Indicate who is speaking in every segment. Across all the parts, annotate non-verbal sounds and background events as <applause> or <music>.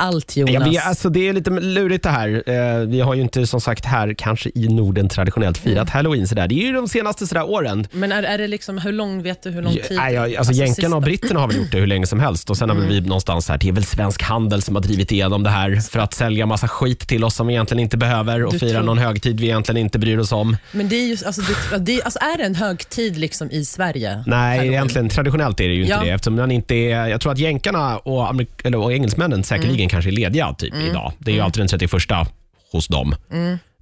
Speaker 1: allt Jonas.
Speaker 2: Ja, vi, alltså, det är lite lurigt det här. Eh, vi har ju inte som sagt här kanske i Norden traditionellt firat
Speaker 1: Mm.
Speaker 2: halloween. Sådär. Det är ju de senaste sådär, åren.
Speaker 1: Men är, är det liksom, hur lång vet du hur lång tid?
Speaker 2: Nej, jag- alltså, jänkarna och britterna har väl gjort det hur länge som helst och sen har
Speaker 1: Mm.
Speaker 2: väl vi någonstans här, det är väl svensk handel som har drivit igenom det här för att sälja massa skit till oss som vi egentligen inte behöver och
Speaker 1: Du
Speaker 2: fira
Speaker 1: tror-
Speaker 2: någon högtid vi egentligen inte bryr oss om.
Speaker 1: Men det är ju, alltså, det, det, är- alltså är det en högtid liksom i Sverige?
Speaker 2: Nej,
Speaker 1: Halloween?
Speaker 2: egentligen traditionellt är det ju inte
Speaker 1: Ja.
Speaker 2: det. Eftersom man inte är, jag tror att jänkarna och, amerik- eller, och engelsmännen säkerligen
Speaker 1: Mm.
Speaker 2: kanske är lediga typ idag. Det är ju alltid den 31 hos dem.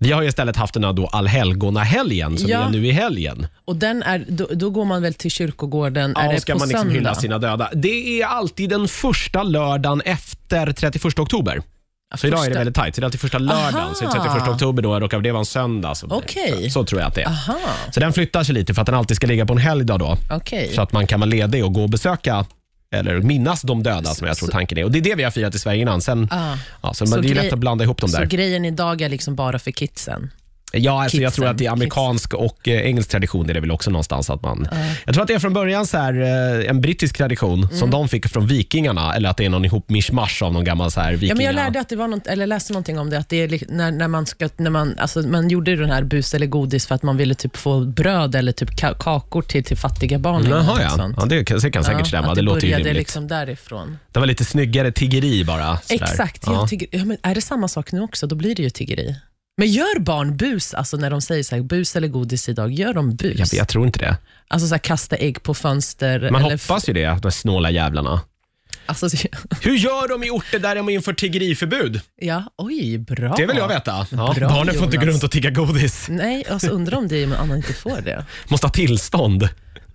Speaker 2: Vi har ju istället haft den här då allhelgonahelgen som
Speaker 1: Mm. Ja.
Speaker 2: är nu i helgen.
Speaker 1: Och den är, då, då går man väl till kyrkogården,
Speaker 2: Ja,
Speaker 1: är
Speaker 2: och
Speaker 1: det
Speaker 2: ska
Speaker 1: på
Speaker 2: man liksom
Speaker 1: söndag?
Speaker 2: hylla sina döda. Det är alltid den första lördagen efter 31 oktober.
Speaker 1: Ja,
Speaker 2: Så idag är det
Speaker 1: första-
Speaker 2: väldigt tajt. Så det är alltid första lördagen. Så
Speaker 1: Aha.
Speaker 2: 31 oktober då råkar det vara en söndag. Så,
Speaker 1: Okej.
Speaker 2: så tror jag att det är.
Speaker 1: Aha,
Speaker 2: Så den flyttar sig lite för att den alltid ska ligga på en helgdag då.
Speaker 1: okej.
Speaker 2: så att man kan vara ledig och gå och besöka eller minnas de döda som jag tror tanken är. Och Det är det vi har firat i Sverige innan. Sen,
Speaker 1: Ah.
Speaker 2: ja, så, men det är ju
Speaker 1: grej-
Speaker 2: lätt att blanda ihop dem
Speaker 1: Så
Speaker 2: där.
Speaker 1: grejen idag är liksom bara för kidsen?
Speaker 2: Ja, alltså jag
Speaker 1: kidsen,
Speaker 2: tror att i amerikansk och eh, engelsk tradition är det väl också någonstans att man...
Speaker 1: Ah.
Speaker 2: Jag tror att det är från början så här, eh, en brittisk tradition
Speaker 1: Mm.
Speaker 2: som de fick från vikingarna, eller att det är någon ihop mishmash av någon gammal så här vikinga...
Speaker 1: Ja, men jag lärde att det var något, eller läste någonting om det, att det är li- när, när man ska, när man, alltså man gjorde ju den här bus eller godis för att man ville typ få bröd eller typ ka- kakor till, till fattiga barn. eller
Speaker 2: Jaha,
Speaker 1: något
Speaker 2: ja.
Speaker 1: sånt.
Speaker 2: ja det kan, det kan säkert stämma.
Speaker 1: att
Speaker 2: Det,
Speaker 1: det
Speaker 2: låter ju
Speaker 1: började
Speaker 2: rimligt.
Speaker 1: liksom därifrån.
Speaker 2: Det var lite snyggare tiggeri bara. så där.
Speaker 1: Exakt.
Speaker 2: Ja.
Speaker 1: Jag tycker, ja, men är det samma sak nu också, då blir det ju tiggeri. Men gör barn bus, alltså när de säger så här, bus eller godis idag, gör de bus?
Speaker 2: Jag, jag tror inte det.
Speaker 1: Alltså så här, kasta ägg på fönster.
Speaker 2: Man
Speaker 1: eller f-
Speaker 2: hoppas ju det, de snåla jävlarna.
Speaker 1: Alltså, <laughs> så-
Speaker 2: Hur gör de i orter där de inför tiggeriförbud?
Speaker 1: ja, oj, bra.
Speaker 2: Det vill jag veta.
Speaker 1: Bra,
Speaker 2: Barnen får inte gå
Speaker 1: Jonas.
Speaker 2: runt och tigga godis.
Speaker 1: Nej, alltså, undrar om det är om man inte får det.
Speaker 2: Måste ha tillstånd.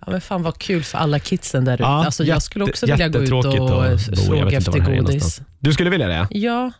Speaker 1: Ja, men fan vad kul för alla kidsen där ute.
Speaker 2: Ja,
Speaker 1: alltså,
Speaker 2: jätte-
Speaker 1: jag skulle också vilja gå ut
Speaker 2: jättetråkigt
Speaker 1: och
Speaker 2: att bo. Jag
Speaker 1: fråga
Speaker 2: vet inte
Speaker 1: efter
Speaker 2: var det här är
Speaker 1: godis.
Speaker 2: någonstans. Du skulle vilja det?
Speaker 1: Ja,